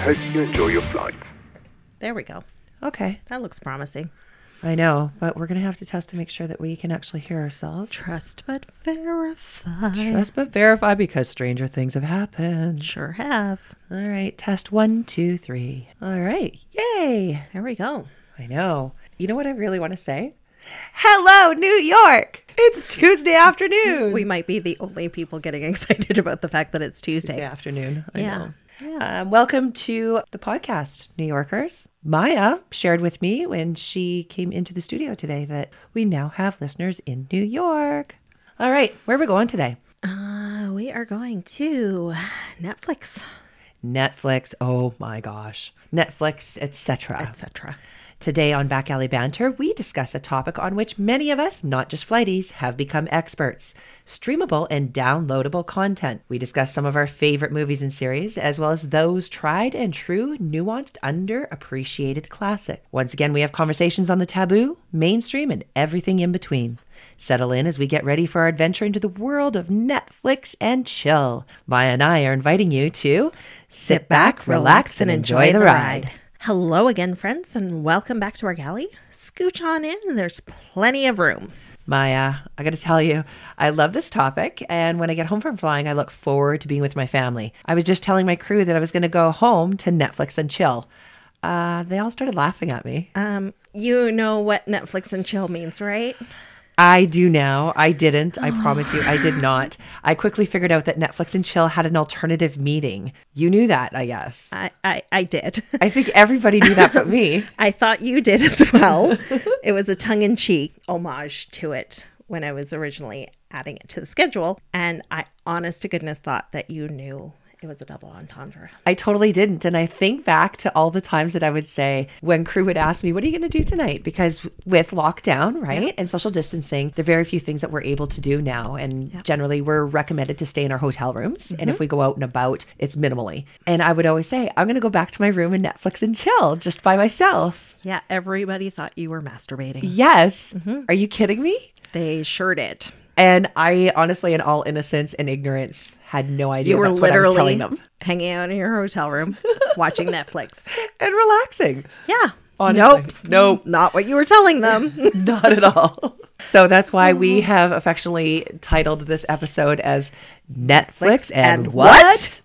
hope you enjoy your flight. There we go. Okay. That looks promising. I know, but we're going to have to test to make sure that we can actually hear ourselves. Trust but verify. Trust but verify because stranger things have happened. Sure have. All right. Test one, two, three. All right. Yay. There we go. I know. You know what I really want to say? Hello, New York. It's Tuesday afternoon. We might be the only people getting excited about the fact that it's Tuesday. Tuesday afternoon. I Yeah. know. Um, welcome to the podcast, New Yorkers. Maya shared with me when she came into the studio today that we now have listeners in New York. All right, where are we going today? Uh, we are going to Netflix, Netflix. Oh my gosh. Netflix, etc. etc. Today on Back Alley Banter, we discuss a topic on which many of us, not just flighties, have become experts streamable and downloadable content. We discuss some of our favorite movies and series, as well as those tried and true, nuanced, underappreciated classics. Once again, we have conversations on the taboo, mainstream, and everything in between. Settle in as we get ready for our adventure into the world of Netflix and chill. Maya and I are inviting you to sit back, relax, and enjoy the ride. Hello again, friends, and welcome back to our galley. Scooch on in. There's plenty of room. Maya, I got to tell you, I love this topic. And when I get home from flying, I look forward to being with my family. I was just telling my crew that I was going to go home to Netflix and chill. Uh, they all started laughing at me. Um, you know what Netflix and chill means, right? I do now. I didn't. I promise you, I did not. I quickly figured out that Netflix and chill had an alternative meeting. You knew that, I guess. I I, I did. I think everybody knew that but me. I thought you did as well. it was a tongue in cheek homage to it when I was originally adding it to the schedule. And I honest to goodness thought that you knew it was a double entendre. I totally didn't. And I think back to all the times that I would say when crew would ask me, What are you going to do tonight? Because with lockdown, right? And social distancing, there are very few things that we're able to do now. And generally, we're recommended to stay in our hotel rooms. And Mm-hmm. if we go out and about, it's minimally. And I would always say, I'm going to go back to my room and Netflix and chill just by myself. Yeah, everybody thought you were masturbating. Yes. Mm-hmm. Are you kidding me? They sure did. And I honestly, in all innocence and ignorance, had no idea You were that's what I was literally telling them hanging out in your hotel room watching Netflix. and relaxing. Yeah. Honestly. Nope. Nope. Not what you were telling them. Not at all. So that's why we have affectionately titled this episode as Netflix and, and what?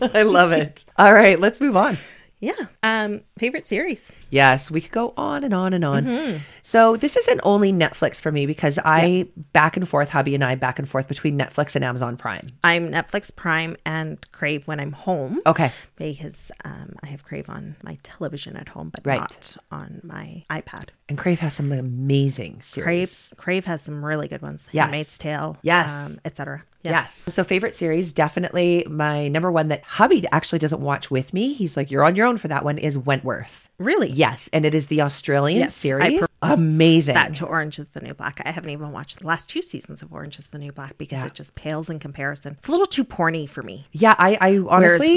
I love it. All right, let's move on. yeah. Um, favorite series. Yes, we could go on and on and on. So this isn't only Netflix for me because I back and forth, hubby and I back and forth between Netflix and Amazon Prime. I'm Netflix Prime and Crave when I'm home. Okay. because um, I have Crave on my television at home, but Right. not on my iPad. And Crave has some amazing series. Crave Crave has some really good ones. Yes. Handmaid's Tale. um, Yes. etc. Yes. So favorite series, definitely my number one that hubby actually doesn't watch with me. He's like, you're on your own for that one is Wentworth. Really. Yes, and it is the Australian Yes, I series. pre- Amazing. That to Orange is the New Black. I haven't even watched the last two seasons of Orange is the New Black because it just pales in comparison. It's a little too porny for me. yeah, I, I honestly,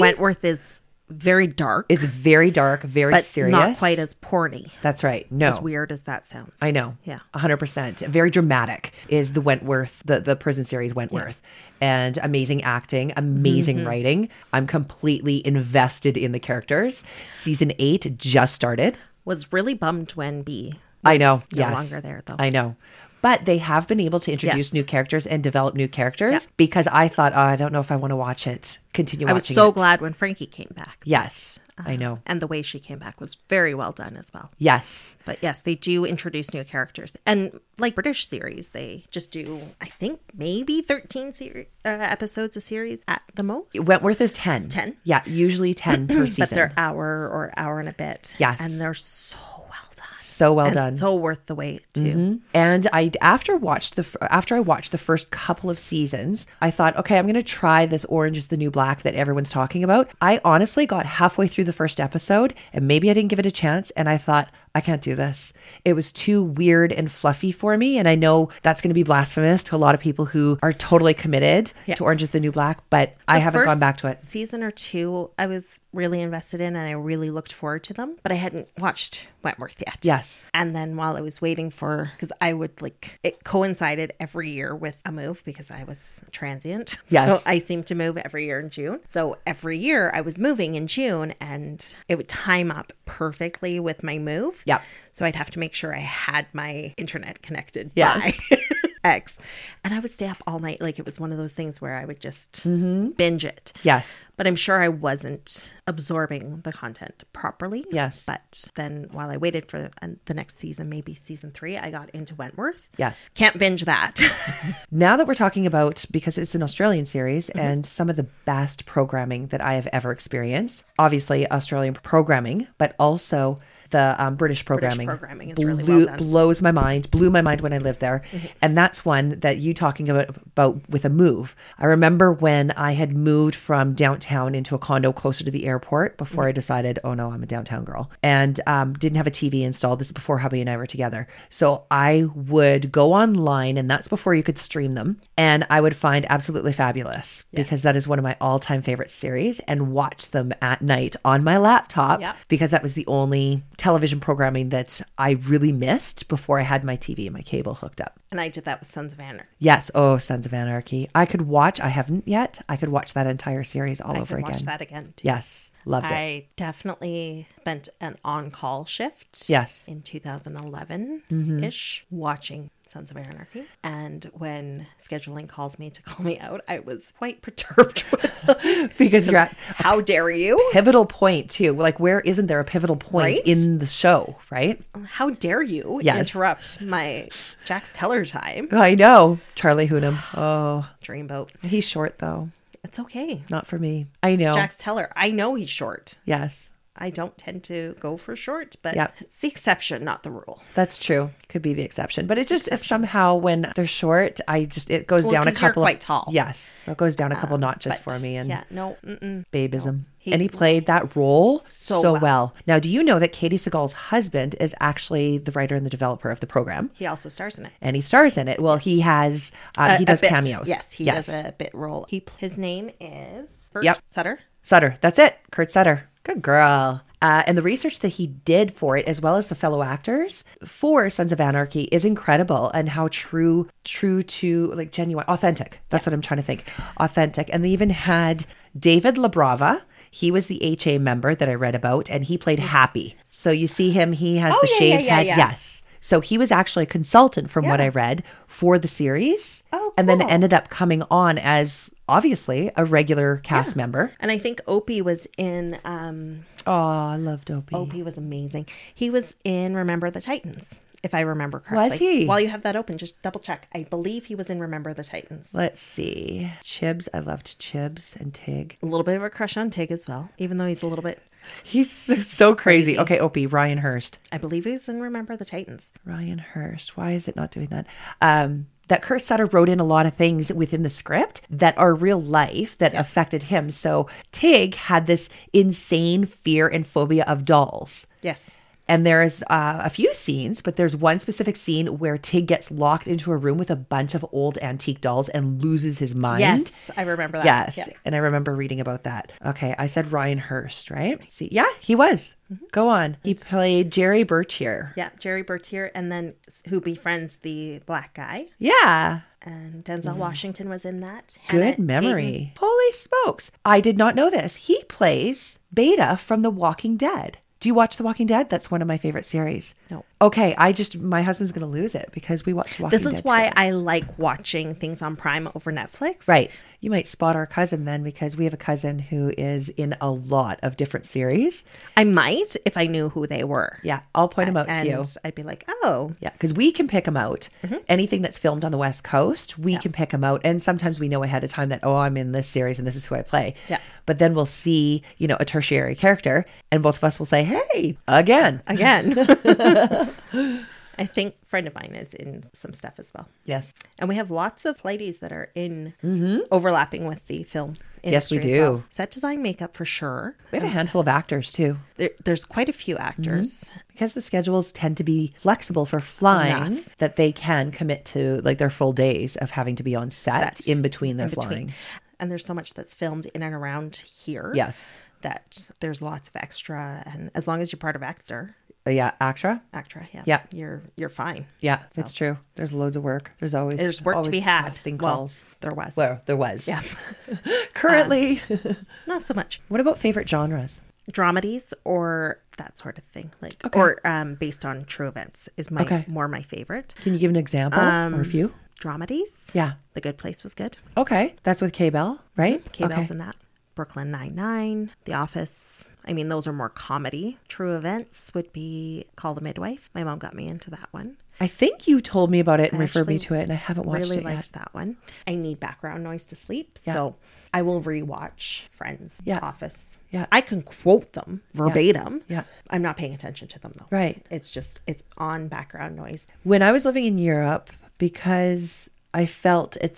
Whereas Wentworth is very dark, it's very dark, very but serious. not quite as porny. That's right. No, As weird as that sounds. I know. Yeah. hundred percent. Very dramatic is the Wentworth, the the prison series Wentworth, and amazing acting, Mm-hmm. amazing writing. I'm completely invested in the characters. Season eight just started. was really bummed when B. I know. No yes. longer there though. I know. But they have been able to introduce Yes. new characters and develop new characters because I thought, oh, I don't know if I want to watch it. Continue I was watching so it. glad when Frankie came back. Yes. Uh-huh. I know. and the way she came back was very well done as well. Yes. But yes, they do introduce new characters, and like British series, they just do I think maybe thirteen seri- uh, episodes a series at the most. Wentworth is 10. 10? Yeah, usually 10 per season. but they're hour or hour and a bit. Yes. and they're so well done, so well and done. Mm-hmm. so worth the wait too. and I after watched the f- after I watched the first couple of seasons, I thought, okay, I'm going to try this Orange is the New Black that everyone's talking about. I honestly got halfway through the first episode and maybe I didn't give it a chance and I thought, I can't do this. It was too weird and fluffy for me. And I know that's going to be blasphemous to a lot of people who are totally committed Yeah. to Orange is the New Black, but I The haven't gone first back to it. Season or two, I was really invested in and I really looked forward to them, but I hadn't watched Wentworth yet. Yes. And then while I was waiting for, because I would like, it coincided every year with a move because I was transient. Yes. So I seemed to move every year in June. So every year I was moving in June and it would time up perfectly with my move. Yep. So I'd have to make sure I had my internet connected Yes. by X. And I would stay up all night. Like it was one of those things where I would just Mm-hmm. binge it. Yes. But I'm sure I wasn't absorbing the content properly. Yes. But then while I waited for uh, the next season, maybe season three, I got into Wentworth. Yes. Can't binge that. Now that we're talking about, because it's an Australian series Mm-hmm. and some of the best programming that I have ever experienced, obviously Australian programming, but also the um, British programming. programming is really well done. Blows my mind, blew my mind when I lived there. And that's one that you talking about, about with a move. I remember when I had moved from downtown into a condo closer to the airport before I decided, oh no, I'm a downtown girl and um, didn't have a TV installed. This is before hubby and I were together. So I would go online and that's before you could stream them. And I would find Absolutely Fabulous because that is one of my all time favorite series and watch them at night on my laptop Yep. because that was the only television programming that I really missed before I had my TV and my cable hooked up. and I did that with Sons of Anarchy. Yes, oh, Sons of Anarchy. I could watch, I haven't yet, I could watch that entire series all I over could watch again. that again too. Yes, loved it. I definitely spent an on call shift. Yes. Mm-hmm. In 2011 ish, watching Sons of Anarchy. And when scheduling calls me to call me out, I was quite perturbed with them. Because you're at How dare you? pivotal point too. Like where isn't there a pivotal point Right? in the show, right? How dare you Yes. interrupt my Jack's Teller time? I know. Charlie Hunnam. Oh, Dreamboat. he's short though. It's okay. Not for me. I know. Jack's Teller. I know he's short. yes. I don't tend to go for short, but Yep. it's the exception, not the rule. That's true. Could be the exception, but it just somehow when they're short, I just it goes Well, down a 'cause you're couple. of- quite tall. Um, Yes, so it goes down a couple notches But, for me and yeah, no, mm-mm. babism. He- and he played that role so, well. well. Now, do you know that Katie Seagal's husband is actually the writer and the developer of the program, he also stars in it. and he stars in it? Well, he has uh, he a does bit. cameos. Yes, he does a bit role. He his name is Bert Yep. Sutter. Sutter. That's it. Kurt Sutter. Good girl. Uh, and the research that he did for it, as well as the fellow actors for Sons of Anarchy, is incredible. And how true, true to like genuine, authentic. That's what I'm trying to think. Authentic. And they even had David LaBrava. He was the HA member that I read about, and he played Happy. So you see him. He has Oh, the yeah, yeah, shaved yeah, head. yeah. Yes. So he was actually a consultant, from what I read, for the series, Oh, and then cool. ended up coming on as obviously a regular cast member. And I think Opie was in. Um, Oh, I loved Opie. Opie was amazing. He was in Remember the Titans, if I remember correctly. Was he? While you have that open, just double check. I believe he was in Remember the Titans. Let's see. Chibs. I loved Chibs and Tig. A little bit of a crush on Tig as well, even though he's a little bit. He's so, so crazy. Okay, Opie, Ryan Hurst. I believe he was in Remember the Titans. Ryan Hurst. Why is it not doing that? Um, that Kurt Sutter wrote in a lot of things within the script that are real life that affected him. So Tig had this insane fear and phobia of dolls. Yes. And there's uh, a few scenes, but there's one specific scene where Tig gets locked into a room with a bunch of old antique dolls and loses his mind. Yes, I remember that. Yes. Yeah. And I remember reading about that. Okay. I said Ryan Hurst, right? See, yeah, he was. Go on. He played Jerry Bertier. Yeah, Jerry Bertier, and then who befriends the black guy. Yeah. And Denzel Washington was in that. Hannah Mm. Good Hayden- memory. Holy smokes. I did not know this. He plays Beta from The Walking Dead. Do you watch The Walking Dead? That's one of my favorite series. No. Okay. I just, my husband's going to lose it because we watch Walking This Dead. is together. why I like watching things on Prime over Netflix. Right. You might spot our cousin then because we have a cousin who is in a lot of different series. I might if I knew who they were. Yeah. I'll point him out and to you. I'd be like, oh, Yeah, because we can pick them out. Mm-hmm. Anything that's filmed on the West Coast, we can pick them out. And sometimes we know ahead of time that, oh, I'm in this series and this is who I play. Yeah. But then we'll see, you know, a tertiary character and both of us will say, hey, again. again. I think a friend of mine is in some stuff as well. Yes. And we have lots of ladies that are in overlapping with the film. Mm-hmm. Yes, we industry as well. do. Set design, makeup for sure. We have a handful of actors too, There, there's quite a few Mm-hmm. actors. because the schedules tend to be flexible for flying, Enough. that they can commit to like their full days of having to be on set, Set. in between their in between. flying. And there's so much that's filmed in and around here. Yes, That there's lots of extra, and as long as you're part of actor, Uh, yeah, Actra. Actra, yeah, Yeah. you're you're fine. Yeah, it's true. There's loads of work. There's always Oh. There's work to always be had. casting Well, calls. there was Well, there was. Yeah. Um, Currently, not so much what about favorite genres? dramedies or that sort of thing, like Okay. or um, based on true events is my Okay. more my favorite. Can you give an example Um, or a few? Dramedies, Yeah. The Good Place was good. Okay, that's with K Bell, right? K Bell's Okay. in that. Brooklyn Nine Nine, The Office. I mean, those are more comedy. True events would be Call the Midwife. My mom got me into that one. I think you told me about it and I referred me actually to it, and I haven't watched really it yet. liked that one. I need background noise to sleep, so I will rewatch Friends, Yeah. Office. Yeah. I can quote them verbatim. Yeah. I'm not paying attention to them though. Right. It's just it's on background noise. When I was living in Europe, because I felt at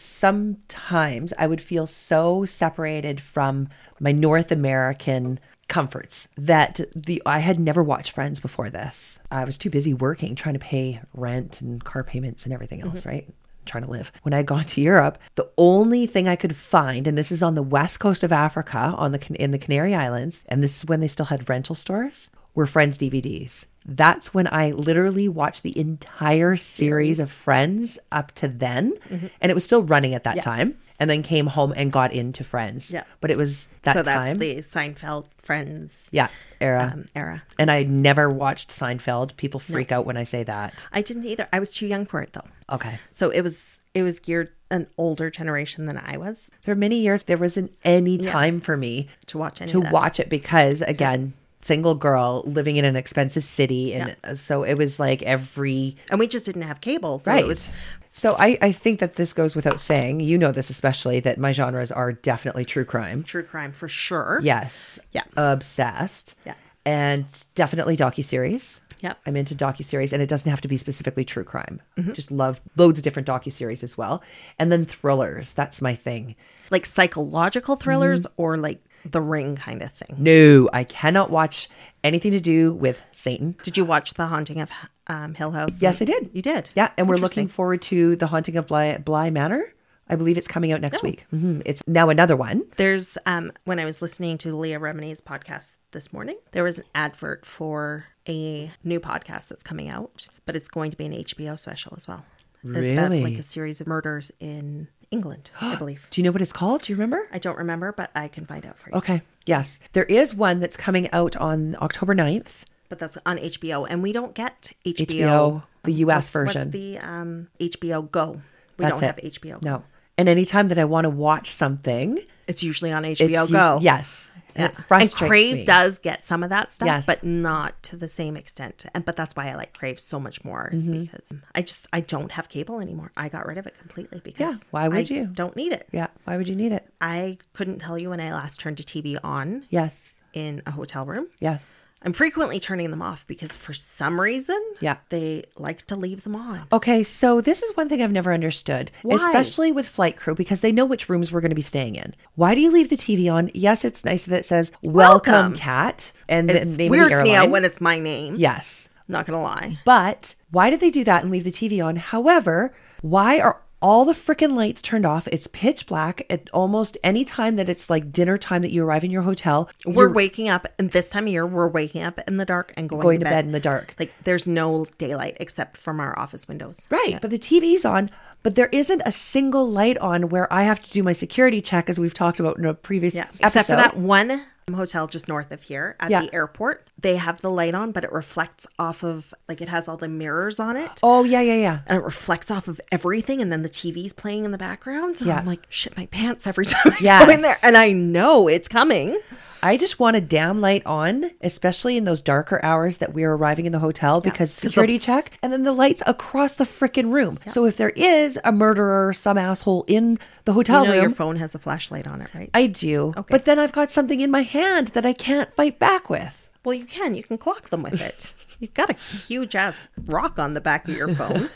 sometimes I would feel so separated from my North American comforts that the I had never watched Friends before this. I was too busy working, trying to pay rent and car payments and everything Mm-hmm. else, right? Trying to live. When I got to Europe, the only thing I could find, and this is on the west coast of Africa, on the Can- in the Canary Islands, and this is when they still had rental stores, were Friends DVDs. That's when I literally watched the entire series of Friends up to then, Mm-hmm. and it was still running at that time. And then came home and got into Friends. Yeah. but it was that so that's time. the Seinfeld Friends yeah, era. um, era. and I never watched Seinfeld. People freak out when I say that. I didn't either. I was too young for it though. Okay. So it was it was geared an older generation than I was For many years, there wasn't any time for me to watch any to of that. watch it because, again, single girl living in an expensive city. And uh, so it was like every and we just didn't have cable, so Right. it was so I, I think that this goes without saying. You know this especially that my genres are definitely true crime. true crime for sure. Yes. Yeah. Obsessed. Yeah. And definitely docuseries. Yep. Mm-hmm. I'm into docuseries and it doesn't have to be specifically true crime. Just love loads of different docuseries as well. And then thrillers. That's my thing. Like psychological thrillers Mm-hmm. or like the ring kind of thing. No, I cannot watch anything to do with Satan. Did you watch The Haunting of um, Hill House? Yes, I did. You did. Yeah, and we're looking forward to The Haunting of Bly, Bly Manor. I believe it's coming out Oh. next week. hmm It's now another one. There's um when I was listening to Leah Remini's podcast this morning, there was an advert for a new podcast that's coming out, but it's going to be an HBO special as well. And It's about Really? like a series of murders in England, I believe. Do you know what it's called? Do you remember? I don't remember, but I can find out for you. Okay. Yes. There is one that's coming out on October 9th. But that's on HBO, and we don't get HBO, HBO, the US What's version. the um, HBO Go? We That's don't it. have HBO. No. And anytime that I want to watch something, It's usually on HBO it's u- Go. Yes. Yeah. And it frustrates and Crave me. does get some of that stuff, Yes. but not to the same extent. And but that's why I like Crave so much more is Mm-hmm. because I just I don't have cable anymore. I got rid of it completely because Yeah, why would I you? Don't need it. Yeah. Why would you need it? I couldn't tell you when I last turned a TV on Yes. in a hotel room. Yes. I'm frequently turning them off because for some reason, Yeah. they like to leave them on. Okay, so this is one thing I've never understood, Why? especially with flight crew, because they know which rooms we're going to be staying in. Why do you leave the TV on? Yes, it's nice that it says "Welcome, Welcome. Cat" and the It name of the weirds airline. me out when it's my name. yes, Not gonna lie. but why do they do that and leave the TV on? However, why are all the freaking lights turned off? It's pitch black at almost any time that it's like dinner time that you arrive in your hotel. We're waking up, and this time of year, we're waking up in the dark and going, Going to bed in the dark. Like there's no daylight except from our office windows. Right. But the TV's on, but there isn't a single light on where I have to do my security check, as we've talked about in a previous Yeah. episode. Except for that one hotel just north of here at Yeah. the airport. They have the light on, but it reflects off of like it has all the mirrors on it. Oh, yeah, yeah, yeah. And it reflects off of everything, and then the TV's playing in the background. And Yeah. I'm like, shit, my pants every time I go Yes. in there, and I know it's coming. I just want a damn light on, especially in those darker hours that we are arriving in the hotel because 'cause security the- check and then the lights across the freaking room. So if there is a murderer, some asshole in the hotel You know, room, your phone has a flashlight on it, right? I do. But then I've got something in my hand that I can't fight back with. Well, you can. You can clock them with it. You've got a huge ass rock on the back of your phone.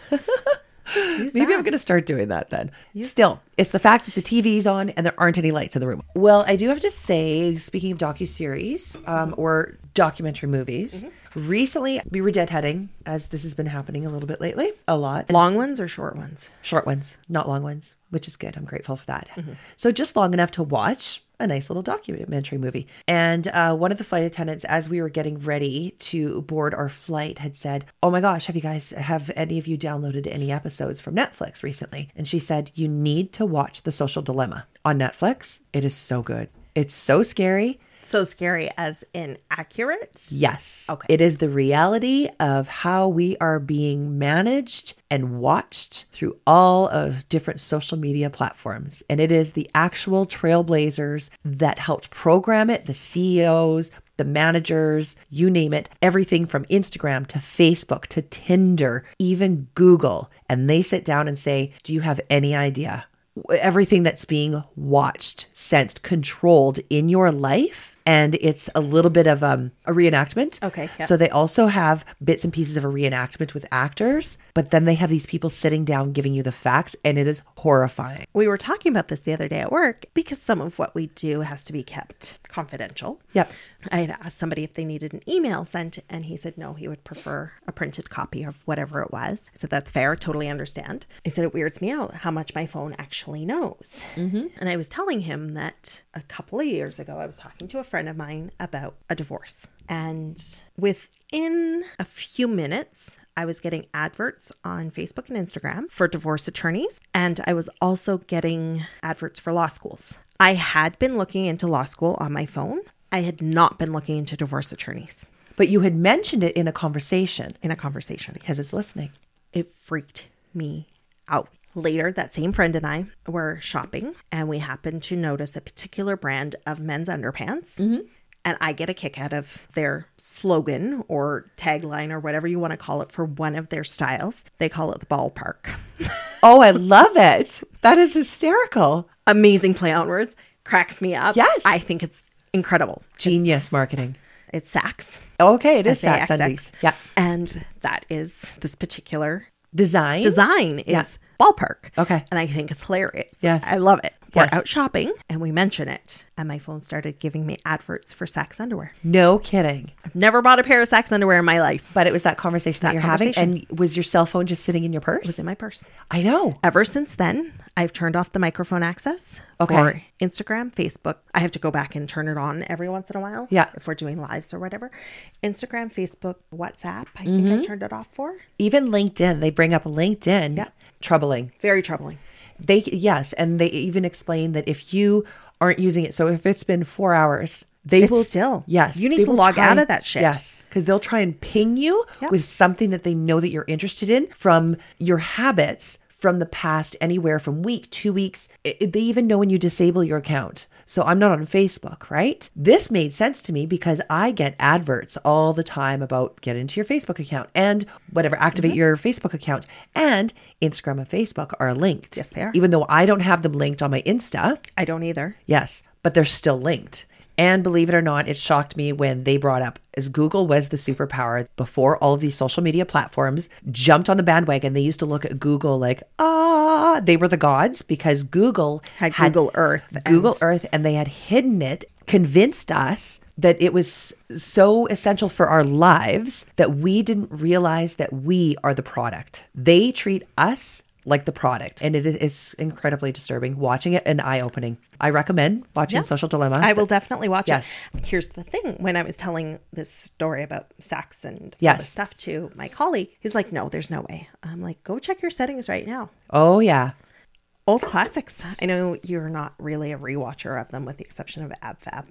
Use Maybe that. I'm going to start doing that then. Still, it's the fact that the TV's on and there aren't any lights in the room. Well, I do have to say, speaking of docuseries um, or documentary movies, recently we were deadheading, as this has been happening a little bit lately, a lot. Long ones or short ones? Short ones, not long ones, which is good. I'm grateful for that. So just long enough to watch a nice little documentary movie. And uh, one of the flight attendants, as we were getting ready to board our flight, had said, "Oh my gosh, have you guys have any of you downloaded any episodes from Netflix recently?" And she said, "You need to watch The Social Dilemma on Netflix. It is so good. It's so scary." So scary as inaccurate. Yes. Okay. It is the reality of how we are being managed and watched through all of different social media platforms. And it is the actual trailblazers that helped program it, the CEOs, the managers, you name it, everything from Instagram to Facebook to Tinder, even Google. And they sit down and say, Do you have any idea? everything that's being watched, sensed, controlled in your life. And it's a little bit of um, a reenactment. Okay, yeah. So they also have bits and pieces of a reenactment with actors, but then they have these people sitting down giving you the facts, and it is horrifying. We were talking about this the other day at work because some of what we do has to be kept confidential. Yep. I had asked somebody if they needed an email sent, and he said no, he would prefer a printed copy of whatever it was. I said, That's fair, totally understand. I said, It weirds me out how much my phone actually knows. Mm-hmm. And I was telling him that a couple of years ago, I was talking to a friend of mine about a divorce. And within a few minutes, I was getting adverts on Facebook and Instagram for divorce attorneys, and I was also getting adverts for law schools. I had been looking into law school on my phone. I had not been looking into divorce attorneys But you had mentioned it in a conversation in a conversation. because it's listening. It freaked me out. Later, that same friend and I were shopping, and we happened to notice a particular brand of men's underpants. Mm-hmm. And I get a kick out of their slogan or tagline or whatever you want to call it for one of their styles. They call it the ballpark. Oh, I love it. That is hysterical. Amazing play on words. Cracks me up. Yes. I think it's incredible. Genius marketing. It's Saks. Okay, it is Saks SAXX. Undies. Yeah. And that is this particular Design. design is ballpark. Okay. And I think it's hilarious. Yes. I love it. We're Yes. out shopping and we mention it. And my phone started giving me adverts for Saks underwear. No kidding. I've never bought a pair of Saks underwear in my life. But it was that conversation that, That you're having. conversation. And was your cell phone just sitting in your purse? It was in my purse. I know. Ever since then, I've turned off the microphone access Okay. for Instagram, Facebook. I have to go back and turn it on every once in a while. Yeah. If we're doing lives or whatever. Instagram, Facebook, WhatsApp. I Mm-hmm. think I turned it off for. Even LinkedIn, they bring up LinkedIn. Yeah. Troubling. Very troubling. They yes, and they even explain that if you aren't using it, so if it's been four hours, they It's will still- yes. you need they to will log out and- of that shit. Yes, because they'll try and ping you Yeah. with something that they know that you're interested in from your habits from the past, anywhere from week, two weeks. I- I- they even know when you disable your account. So I'm not on Facebook, right? This made sense to me because I get adverts all the time about get into your Facebook account and whatever, activate Mm-hmm. your Facebook account. And Instagram and Facebook are linked. Yes, they are. Even though I don't have them linked on my Insta, I don't either. yes, but they're still linked. And believe it or not, it shocked me when they brought up as Google was the superpower before all of these social media platforms jumped on the bandwagon. They used to look at Google like, ah, they were the gods because Google Had, Google Earth. and- Google Earth and they had hidden it, convinced us that it was so essential for our lives that we didn't realize that we are the product. They treat us like the product. And it is it's incredibly disturbing watching it and eye opening. I recommend watching Social Dilemma. I will definitely watch Yes. it. Here's the thing: when I was telling this story about Saks and all Yes. this stuff to my colleague, he's like, "No, there's no way." I'm like, "Go check your settings right now." oh, yeah. Old classics. I know you're not really a rewatcher of them, with the exception of AbFab.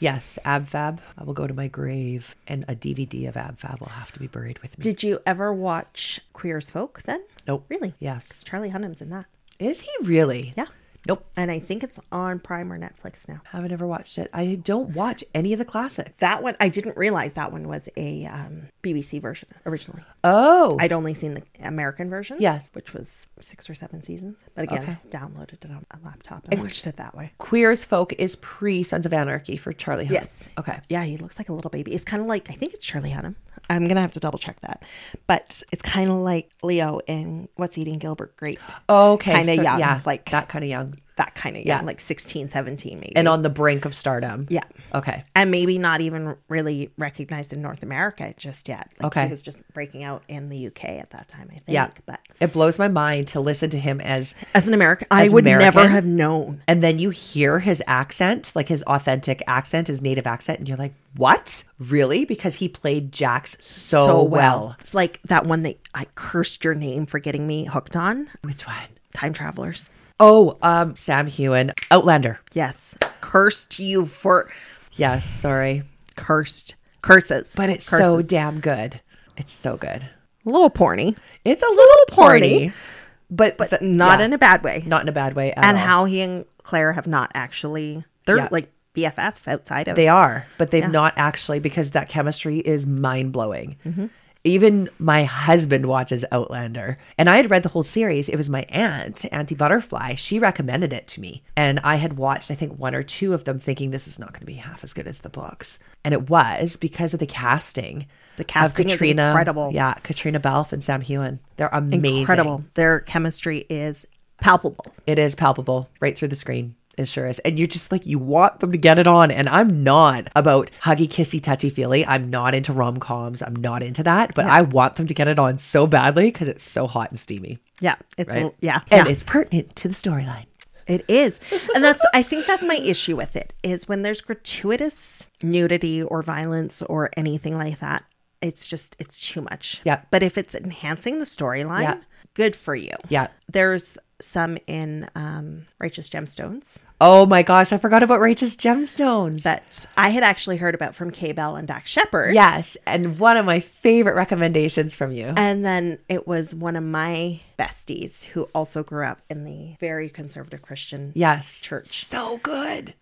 Yes, AbFab. I will go to my grave and a DVD of AbFab will have to be buried with me. Did you ever watch Queer as Folk? Then Nope. really. Yes. 'Cause Charlie Hunnam's in that. Is he really? Yeah, Nope. and I think it's on Prime or Netflix now. Haven't ever watched it. I don't watch any of the classics. That one, I didn't realize that one was a um, BBC version originally. Oh. I'd only seen the American version. Yes. Which was six or seven seasons. But again, Okay. downloaded it on a laptop and watched it that way. Queer as Folk is pre Sons of Anarchy for Charlie Hunnam. Yes. Okay. Yeah, he looks like a little baby. It's kind of like, I think it's Charlie Hunnam. I'm going to have to double check that. But it's kind of like Leo in What's Eating Gilbert Grape. Okay. Kinda young, Yeah, like- that kind of young. That kind of Yeah. young, like 16, 17 maybe. And on the brink of stardom. yeah. Okay. And maybe not even really recognized in North America just yet. Like Okay. He was just breaking out in the UK at that time, I think. Yeah. But It blows my mind to listen to him as, as an American, I an would never American? have known. and then you hear his accent, like his authentic accent, his native accent, and you're like, what? Really? Because he played Jax so, well. It's like that one that I cursed your name for getting me hooked on. Which one? Time travelers. Oh, um, Sam Hewen, Outlander. Yes. Cursed you for Yes, sorry. cursed curses. But it's curses. so damn good. It's so good. a little porny, It's a little porny, porny, but, but not in a bad way. not in a bad way at and all. how he and Claire have not actually they're Yeah. like BFFs outside of They are, but they've not actually because that chemistry is mind blowing. Even my husband watches Outlander, and I had read the whole series. It was my aunt, Auntie Butterfly. She recommended it to me, and I had watched I think one or two of them, thinking this is not going to be half as good as the books, and it was because of the casting. The casting of is Katrina, incredible. Yeah, Katrina Balfe and Sam Hewen. They're amazing. incredible. Their chemistry is palpable. It is palpable right through the screen. It sure is. And you're just like, you want them to get it on. And I'm not about huggy, kissy, touchy, feely. I'm not into rom coms. I'm not into that. But I want them to get it on so badly because it's so hot and steamy. Yeah, it's Right. a, yeah, And yeah. it's pertinent to the storyline. It is. And that's I think that's my issue with it is when there's gratuitous nudity or violence or anything like that, it's just it's too much. Yeah. But if it's enhancing the storyline, Yeah. good for you. Yeah. There's some in um Righteous Gemstones Oh my gosh. I forgot about Righteous Gemstones. that I had actually heard about from Kay Bell and Doc Shepard. yes. And one of my favorite recommendations from you. And then it was one of my besties who also grew up in the very conservative Christian yes. Church. So good.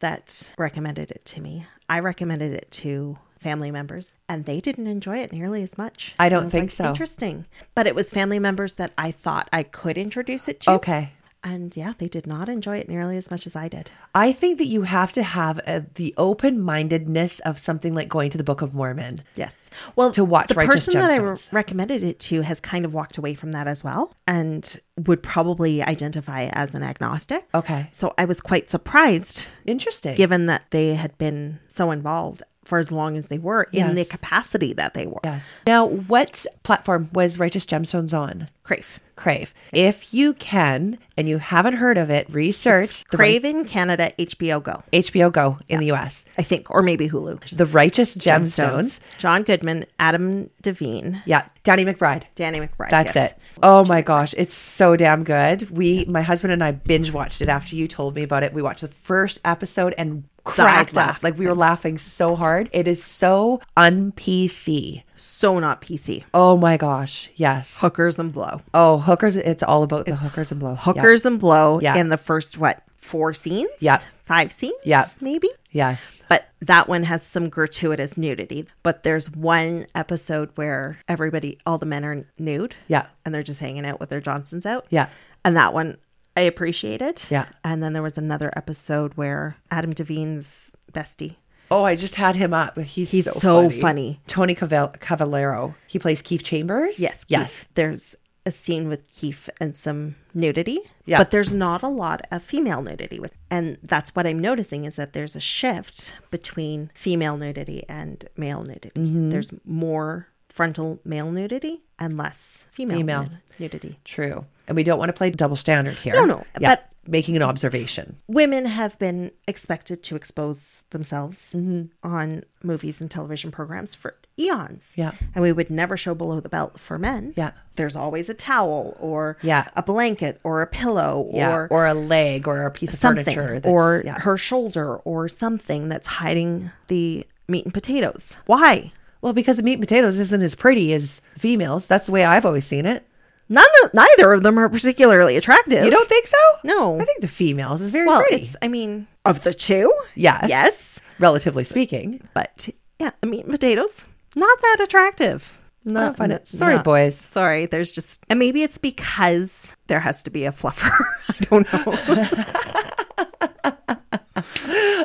that recommended it to me. I recommended it to family members and they didn't enjoy it nearly as much. I don't was think so. Interesting. But it was family members that I thought I could introduce it to. Okay. And yeah, they did not enjoy it nearly as much as I did. I think that you have to have uh the open mindedness of something like going to the Book of Mormon. Yes. Well, To watch the Righteous person that I re- Gemstones. recommended it to has kind of walked away from that as well and would probably identify as an agnostic. Okay. So I was quite surprised Interesting. given that they had been so involved for as long as they were in the Yes. capacity that they were. Yes. Now, what platform was Righteous Gemstones on? Crave. Crave. If you can, and you haven't heard of it, research the Crave in Canada, HBO Go, Ri- HBO Go in the US. I think, or maybe Hulu. The Righteous Gemstones. John Goodman, Adam Devine, Yeah, Danny McBride. Danny McBride. That's yes. it. Oh my gosh, it's so damn good. We, my husband and I, binge watched it after you told me about it. We watched the first episode and cracked up. laugh. Like we were laughing so hard. It is so un PC. So not PC. Oh my gosh, yes. Hookers and blow. Oh, hookers. It's all about the hookers and blow. Yeah. Hookers and blow Yeah. in the first, what, four scenes? Yeah. Five scenes? Yeah. Maybe? Yes. But that one has some gratuitous nudity. But there's one episode where everybody, all the men are nude. Yeah. And they're just hanging out with their Johnsons out. Yeah. And that one I appreciated. Yeah. And then there was another episode where Adam Devine's bestie. Oh, I just had him up. He's He's so, so funny. funny. Tony Caval- Cavallero. He plays Keith Chambers. Yes. Yes. Keith. There's a scene with Keith and some nudity. Yeah. But there's not a lot of female nudity. With, and that's what I'm noticing is that there's a shift between female nudity and male nudity. Mm-hmm. There's more frontal male nudity and less female, Female. nu- nudity. True. And we don't want to play double standard here. No, no, Yeah. but- making an observation. women have been expected to expose themselves Mm-hmm. on movies and television programs for eons. Yeah. And we would never show below the belt for men. Yeah. There's always a towel or Yeah. a blanket or a pillow Yeah. or, Or, a leg or a piece of something furniture. that's- or yeah. her shoulder or something that's hiding the meat and potatoes. Why? well, because the meat and potatoes isn't as pretty as females. That's the way I've always seen it. None of, neither of them are particularly attractive. You don't think so? No. I think the females is very well, pretty. it's I mean of the two? Yes. Yes. Relatively speaking. But yeah, the meat and potatoes, not that attractive. I Not don't find it. Sorry, boys. Sorry, there's just, and maybe it's because there has to be a fluffer. I don't know.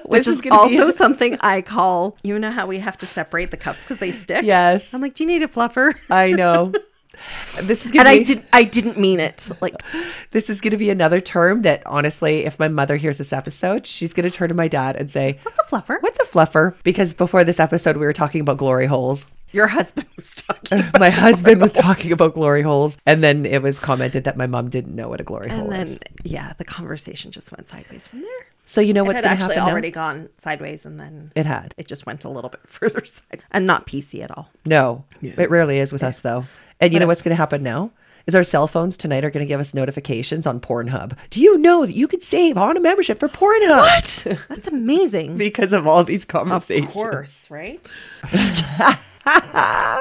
which is is gonna be- also something I call. You know how we have to separate the cups because they stick. Yes. I'm like, do you need a fluffer? I know. This is and gonna I be, did. I didn't mean it. Like, this is gonna be another term that honestly, if my mother hears this episode, she's gonna turn to my dad and say, what's a fluffer? What's a fluffer? Because before this episode we were talking about glory holes. Your husband was talking. About My husband was talking about glory holes, and then it was commented that my mom didn't know what a glory hole and is. then, yeah, the conversation just went sideways from there. So you know what's it had gonna actually happen now? already gone sideways, and then It had. it just went a little bit further side, and not PC at all. No, it rarely is with us though. And you know Whatevs. what's going to happen now is our cell phones tonight are going to give us notifications on Pornhub. Do you know that you could save on a membership for Pornhub? What? That's amazing. because of all these Of conversations. course, right? I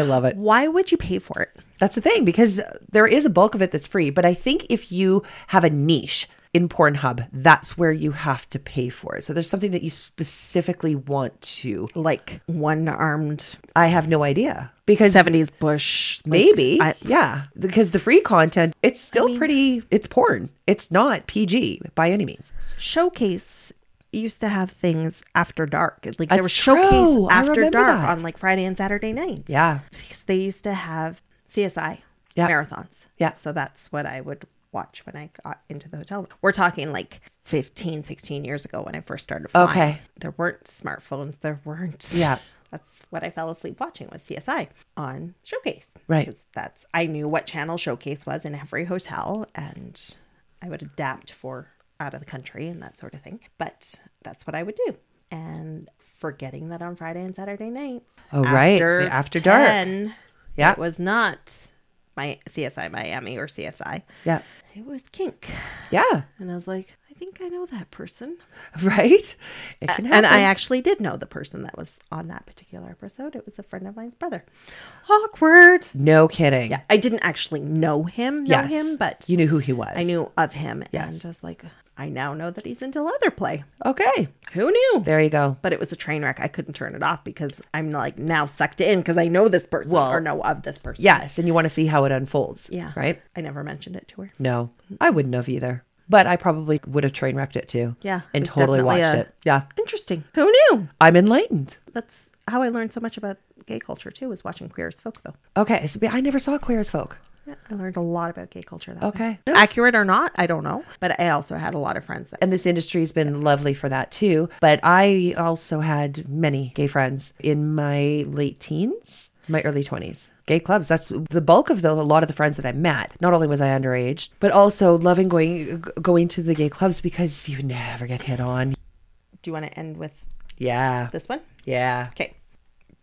love it. Why would you pay for it? That's the thing because there is a bulk of it that's free, but I think if you have a niche in Pornhub, that's where you have to pay for it. So there's something that you specifically want to. Like one armed I have no idea because 70s bush. like, maybe I- yeah because the free content it's still pretty it's porn it's not pg by any means showcase used to have things after dark. Like there That's was showcase true. I after remember dark that. on like Friday and Saturday nights. yeah Because they used to have CSI Yeah. marathons. Yeah. So that's what I would watch when I got into the hotel. room. We're talking like 15, 16 years ago when I first started flying. Okay. There weren't smartphones. There weren't. Yeah. That's what I fell asleep watching was CSI on Showcase. Right. 'Cause that's I knew what channel Showcase was in every hotel and I would adapt for out of the country and that sort of thing. But that's what I would do. And forgetting that on Friday and Saturday night. Oh, right. The after dark. Yeah. Yeah. It was not my CSI Miami or CSI. yeah It was kink. yeah And I was like, I think I know that person. right it can happen And I actually did know the person that was on that particular episode. It was a friend of mine's brother. Awkward. no kidding Yeah, I didn't actually know him, know Yes. him, but you knew who he was I knew of him. Yes. And I was like, I now know that he's into leather play. okay Who knew? there you go But it was a train wreck. I couldn't turn it off because I'm like now sucked in because I know this person Well, or know of this person. yes and you want to see how it unfolds Yeah. right I never mentioned it to her. no i wouldn't have either but i probably would have train wrecked it too Yeah, it and was totally definitely watched a- it yeah Interesting. Who knew? i'm enlightened That's how I learned so much about gay culture too, was watching Queer as Folk though. okay so i never saw queer as folk Yeah, I learned a lot about gay culture that way. okay Accurate or not, I don't know. But I also had a lot of friends that and this industry has been lovely for that too. But I also had many gay friends in my late teens, my early 20s. Gay clubs. That's the bulk of the a lot of the friends that I met. Not only was I underage, but also loving going g- going to the gay clubs because you never get hit on. do you want to end with Yeah, this one? yeah, Okay.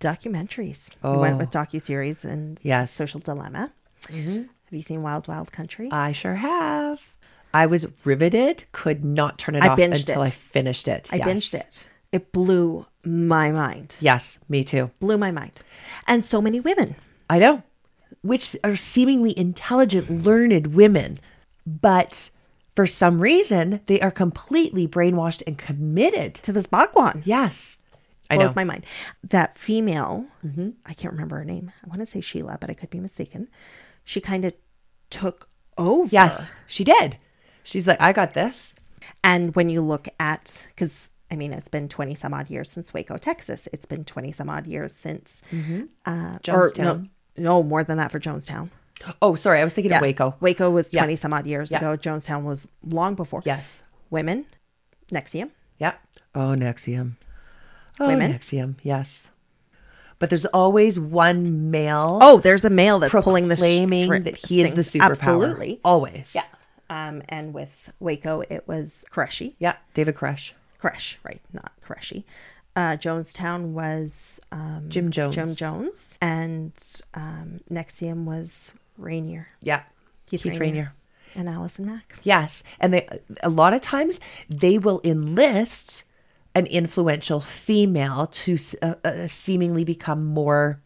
Documentaries. We went Oh. Mm-hmm. with docuseries and Yes. Social Dilemma. Have you seen Wild Wild Country? I sure have. I was riveted. Could not turn it I off binged until it. I finished it. I Yes. binged it. It blew my mind. Yes, me too. Blew my mind. And so many women. I know, which are seemingly intelligent, learned women, but for some reason they are completely brainwashed and committed. to this Bhagwan. Yes, I blows know. my mind. That female, I can't remember her name. I want to say Sheila, but I could be mistaken. She kind of took over. yes, she did. She's like, I got this. And when you look at, because I mean, it's been 20 some odd years since Waco, Texas. It's been 20 some odd years since uh, or Jonestown. no, no, more than that for Jonestown. Oh, sorry, I was thinking of Waco. Waco was Yeah. 20 some odd years Yeah. ago. Jonestown was long before. Yes. Women, Nexium. Yep. Oh, Nexium. Oh, Women? Nexium. Yes. But there's always one male Oh, there's a male that's pulling the proclaiming string- that he is the strings. superpower. Absolutely. Always. Yeah. Um, and with Waco, it was Koreshi. Yeah. David Koresh. Koresh, right? Not Koreshi. Uh, Jonestown was um, Jim Jones. Jim Jones, and um, Nexium was Rainier Yeah. Keith Keith Rainier. Rainier. and Allison Mack. Yes, and they a lot of times they will enlist an influential female to s- uh, uh, seemingly become more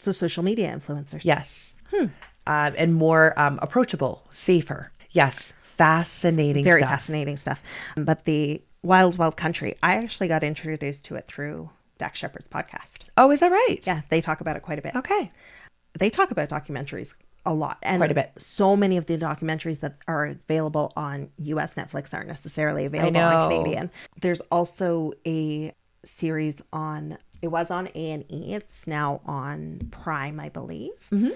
So social media influencers. yes, Hmm. um, and more um, approachable, safer. Yes, fascinating. very stuff. fascinating stuff. But the Wild Wild Country, I actually got introduced to it through Dak Shepherd's podcast. Oh, is that right? Yeah, they talk about it quite a bit. Okay. They talk about documentaries a lot and Quite a bit. So many of the documentaries that are available on U.S. Netflix aren't necessarily available know. on Canadian. There's also a series on. It was on A and E. It's now on Prime, I believe. Mm-hmm.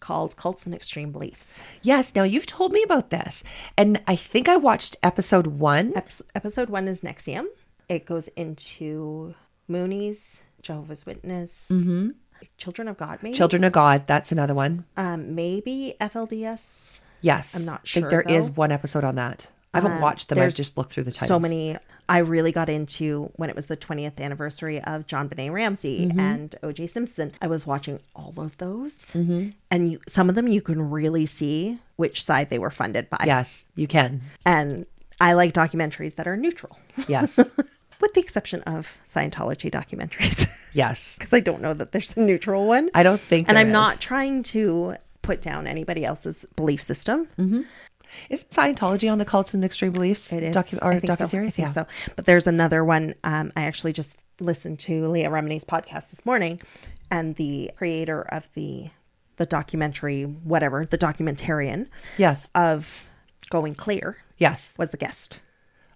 Called Cults and Extreme Beliefs. Yes. Now you've told me about this, and I think I watched episode one. Ep- episode one is Nexium. It goes into Moonies, Jehovah's Witness, Mm-hmm. Children of God, maybe Children of God. That's another one. um, maybe FLDS. Yes. not I think sure, there is though. Um, one episode on that. I haven't watched them. I've there's just looked through the titles. So many. I really got into when it was the 20th anniversary of John Benet Ramsey Mm-hmm. and O.J. Simpson. I was watching all of those, Mm-hmm. and you, some of them you can really see which side they were funded by. Yes, you can. And I like documentaries that are neutral, Yes. with the exception of Scientology documentaries. yes. because I don't know that there's a neutral one. I don't think and there I'm is. not trying to put down anybody else's belief system. Isn't Scientology on the cults and extreme beliefs? It is. Docu- or I think so. docuseries? I think yeah. so. But there's another one. Um, I actually just listened to Leah Remini's podcast this morning, and the creator of the the documentary, whatever, the documentarian Yes. of Going Clear Yes. was the guest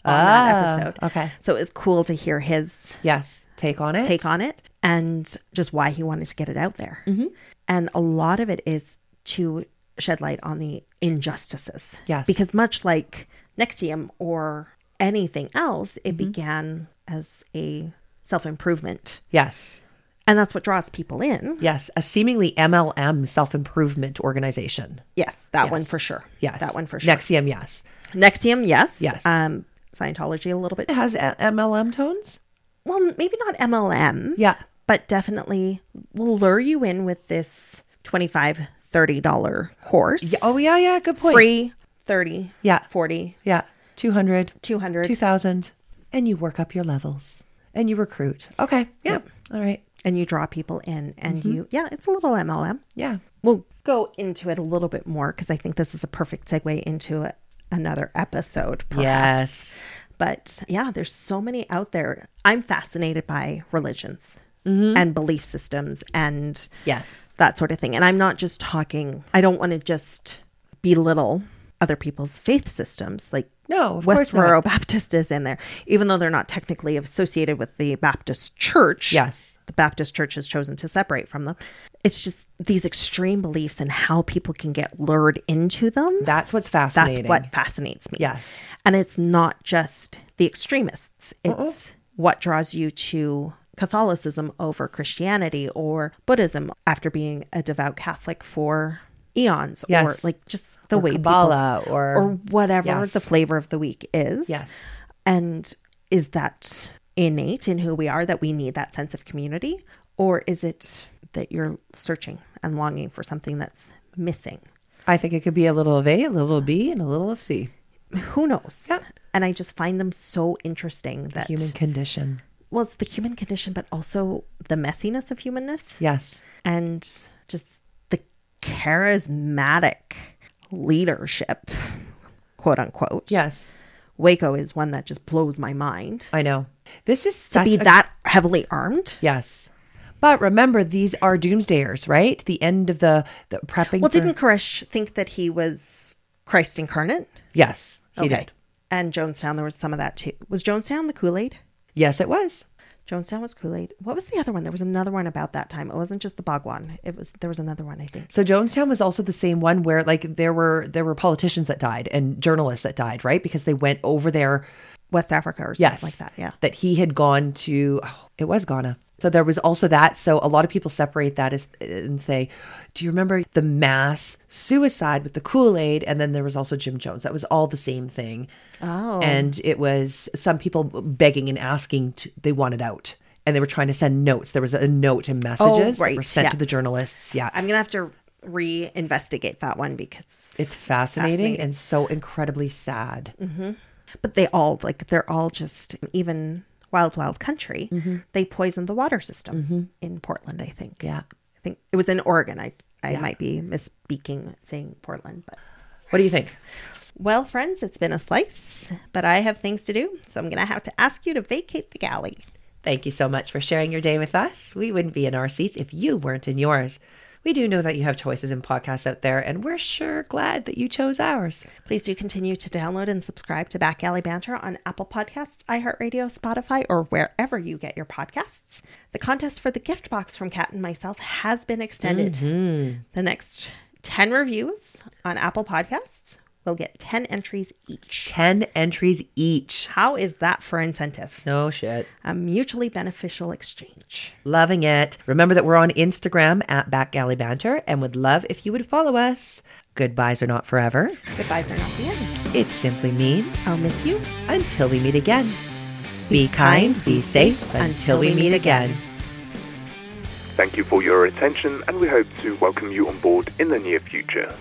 on that Ah, episode. okay. So it was cool to hear his Yes. Take on it. take on it and just why he wanted to get it out there. Mm-hmm. And a lot of it is to shed light on the injustices. Yes. Because much like Nexium or anything else, it Mm-hmm. began as a self improvement. Yes. And that's what draws people in. Yes. A seemingly MLM self improvement organization. Yes, that one for sure. Yes. That one for sure. Nexium, yes. Nexium, yes. Yes. Um, Scientology a little bit. It has a- MLM tones. Well, maybe not MLM. Yeah. but definitely will lure you in with this 25 30 dollar course Oh, yeah, yeah. Good point. free 30 Yeah. 40 Yeah. 200, 200 2000. And you work up your levels and you recruit. Okay. Yeah. All right. and you draw people in and Mm-hmm. you yeah it's a little mlm Yeah. we'll go into it a little bit more because i think this is a perfect segue into a, another episode perhaps. Yes. but yeah there's so many out there i'm fascinated by religions Mm-hmm. and belief systems and Yes. that sort of thing. And I'm not just talking, I don't want to just belittle other people's faith systems. Like, No, of course not. Westboro Baptist is in there, even though they're not technically associated with the Baptist church. Yes. The Baptist church has chosen to separate from them. It's just these extreme beliefs and how people can get lured into them. That's what's That's fascinating. what fascinates me. Yes. And it's not just the extremists, it's what draws you to Catholicism over Christianity or Buddhism after being a devout Catholic for eons Yes. or like just the way Kabbalah people or- or whatever Yes. the flavor of the week is. Yes. And is that innate in who we are that we need that sense of community or is it that you're searching and longing for something that's missing? I think it could be a little of A, a little of B, and a little of C. Who knows? Yeah. And I just find them so interesting that Human condition. well, it's the human condition, but also the messiness of humanness Yes. and just the charismatic leadership, quote unquote. Yes. Waco is one that just blows my mind. I know. This is To such be a that heavily armed. Yes. But remember, these are doomsdayers, right? The end of the, the prepping. Well, for- didn't Koresh think that he was Christ incarnate? Yes, he did. And Jonestown, there was some of that too. Was Jonestown the Kool Aid? Yes, it was. Jonestown was Kool Aid. What was the other one? There was another one about that time. It wasn't just the Bagwan. It was there was another one, I think. So Jonestown was also the same one where like there were there were politicians that died and journalists that died, right? Because they went over there. West Africa or something Yes, like that. Yeah. That he had gone to. Oh, it was Ghana. So there was also that. So a lot of people separate that as and say, "Do you remember the mass suicide with the Kool Aid?" And then there was also Jim Jones. That was all the same thing. Oh. and it was some people begging and asking to, they wanted out and they were trying to send notes there was a note and messages that were Oh, right, sent yeah. to the journalists yeah I'm gonna have to reinvestigate that one because it's fascinating, Fascinating. and so incredibly sad Mm-hmm. but they all like they're all just even wild wild country Mm-hmm. they poisoned the water system in Portland I think yeah I think it was in Oregon I I might be misspeaking saying Portland but what do you think well friends it's been a slice but I have things to do so I'm gonna have to ask you to vacate the galley thank you so much for sharing your day with us we wouldn't be in our seats if you weren't in yours We do know that you have choices in podcasts out there, and we're sure glad that you chose ours. Please do continue to download and subscribe to Back Alley Banter on Apple Podcasts, iHeartRadio, Spotify, or wherever you get your podcasts. The contest for the gift box from Kat and myself has been extended. The next 10 reviews on Apple Podcasts will get 10 entries each. 10 entries each. How is that for incentive? No shit. A mutually beneficial exchange. Loving it. Remember that we're on Instagram at Back Alley Banter and would love if you would follow us. Goodbyes are not forever. Goodbyes are not the end. It simply means I'll miss you. until we meet again. Be kind, be safe until we meet again. Thank you for your attention, and we hope to welcome you on board in the near future.